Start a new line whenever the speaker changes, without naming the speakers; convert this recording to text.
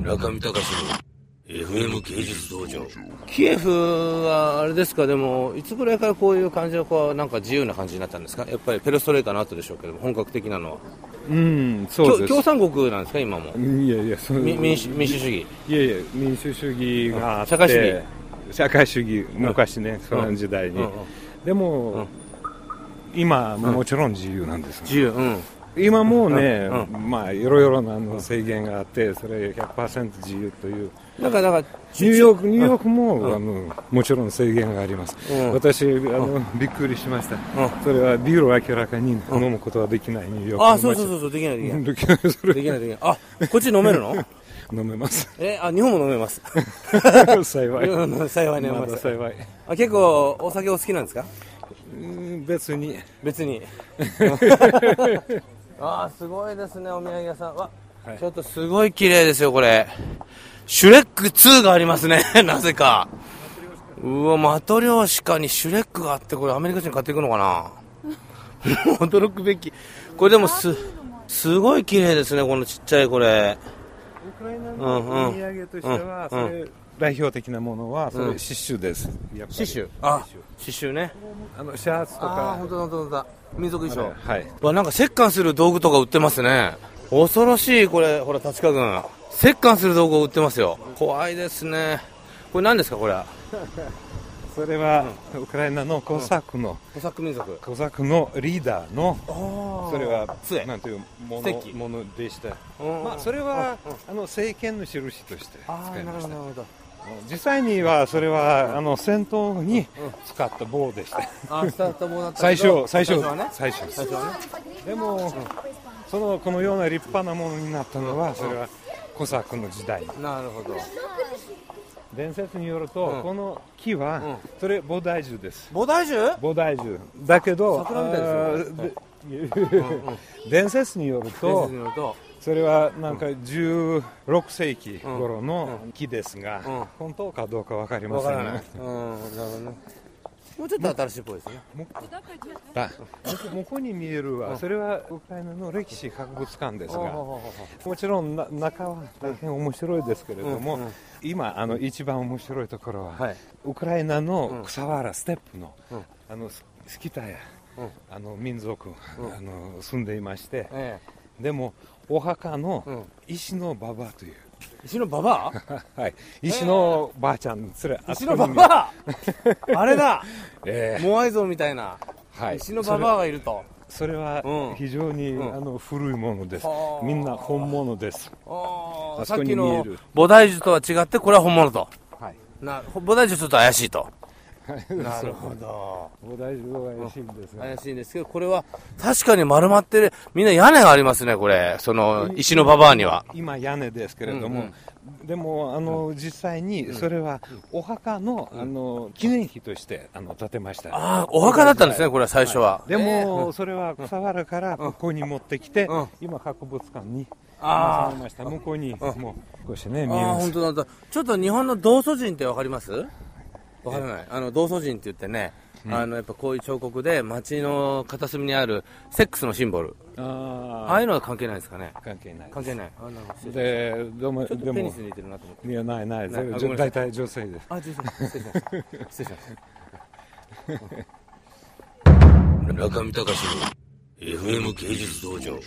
中見隆の FM 芸術道場
キエフはあれですか、でも、いつぐらいからこういう感じの、こうなんか自由な感じになったんですか、やっぱりペレストレイカの後でしょうけど、本格的なのは、
うん、そう
共
です。
共産国なんですか、今も、
いやいや、その
み民主民主主義、
いやいや、民主主義があって、
社会主義
社会主義、昔ね、ソ連時代に。
うんうん
でも、
ん
今、もちろん自由なんです、
自由、うん、
今もうね、
うん
まあ、いろいろなあの制限があって、それ100%自由という。
だから、だから
ニューヨーク、ニューヨークも、あの、もちろん制限があります。
うん
私、あの、びっくりしました。
う
それはビールを明らかに飲むことはできないニューヨークの街。
あそうそう そうそう、できない、できない、
できないそ
でき
れ
ない、できない、あこっち飲める の
飲 めます。
えあ、日本も飲めます、
幸 い。
うん幸い飲め
ま
ま
だ
す、
幸い。
あ結構、お酒お好きなんですか、
うん別に。
別 に、あすごいですね、お土産屋さん、わ
はい
ちょっとすごい綺麗ですよ、これ、シュレック2がありますね、 なぜか。うわ、マトリョーシカにシュレックがあって、これアメリカ人買っていくのかな 驚くべき。これでもす、すごい綺麗ですね、このちっちゃいこれ。
ウクライナ
のうんう
の
ん
お土産としては、
うんうん
それ代表的なものは、それ
うん
刺繍です。やっぱり
刺繍あ、刺繍ね。
あの、シャツと
ああ、
か
本。当だ、本当だ、本当だ。民族衣装。
はい。
わなんか折檻する道具とか売ってますね恐ろしいこれほら立川君折檻する道具を売ってますよ怖いですねこれ何ですかこれ
それは、ウクライナのコサクの、
コサック民族
コサクのリーダーの、
あ
それは、
杖
なんていうも
ステッキ
の、ものでした。
うん
まあ、それは、あの、政権の印として
あ
使
ー
い
なる
ま
ほ
し
ど
た
な。るほど
実際には、それは、あの、戦闘に使った棒でした。
あースタート棒だった
最
けど
初、最初
最初はね、
最初です
最。初はね
でも、そのこのような立派なものになったのは、それはコサックの時代。
なるほど
伝説によると、
うん
この木は、それ菩提樹です。
菩提樹
菩提樹。だけど、
桜みたいです
あーで 伝説によると、
伝説によると
それはなんか16世紀頃の木ですが、
うん
本当かどうかわかりま
わ
せ
か
ん
ら
が、
ないうんなるほどねもうちょっと新しいっぽいですね
あ向こう向こうに見えるは、それはウクライナの歴史博物館ですが、もちろんな中は大変面白いですけれども、
うんうん
今あの一番面白いところは、
はい
ウクライナの草原ステップの,、
うん
あのススキタヤ、
うん
あの民族、あの住んでいまして、
え
でもお墓
うん
の石のババア という、
え石のババ
はい、石のばあちゃんそれ
ア石
そ
の
こ
バ
に
バアあれだ
ええ
モアイ像みたいな
はい、
石のババアがいると
それは
うん
非常に、
ん
あの古いものです
は。あ
みんな本物です。
あー
あ
さ
そこ
っ
に
き
見え
の
る
菩提樹とは違ってこれは本物と
はい。
な菩提樹ちょっと怪しいと な
な
るほど
菩提樹は怪しいんですが、
怪しいんですけどこれは確かに丸まってるみんな屋根がありますねこれその石のババアには
今屋根ですけれども、でもあの、実際にそれはお墓の,、あの記念碑としてあの建てました。
ああお墓だったんですねこれは最初は、
でも、それは草原からここに持ってきて、
うん
今博物館に
あー
納めました。向こうにもう少しね見え
ああ
ま
本
す。
当だ本当だちょっと日本の道祖人ってわかりますわからないあの道祖人って言ってね、あのやっぱこういう彫刻で街の片隅にあるセックスのシンボルあ
あ
あいうのは関係ないですかね
あ関係ない。
関係ないあなるほど
で、どうも
ちょっ
で
とペニ
も
スに似てるなと思って。
いやないない。
ないあごめんなさい
大体女性です。
あ、 失礼しました。失礼しました。
中見隆の FM 芸術道場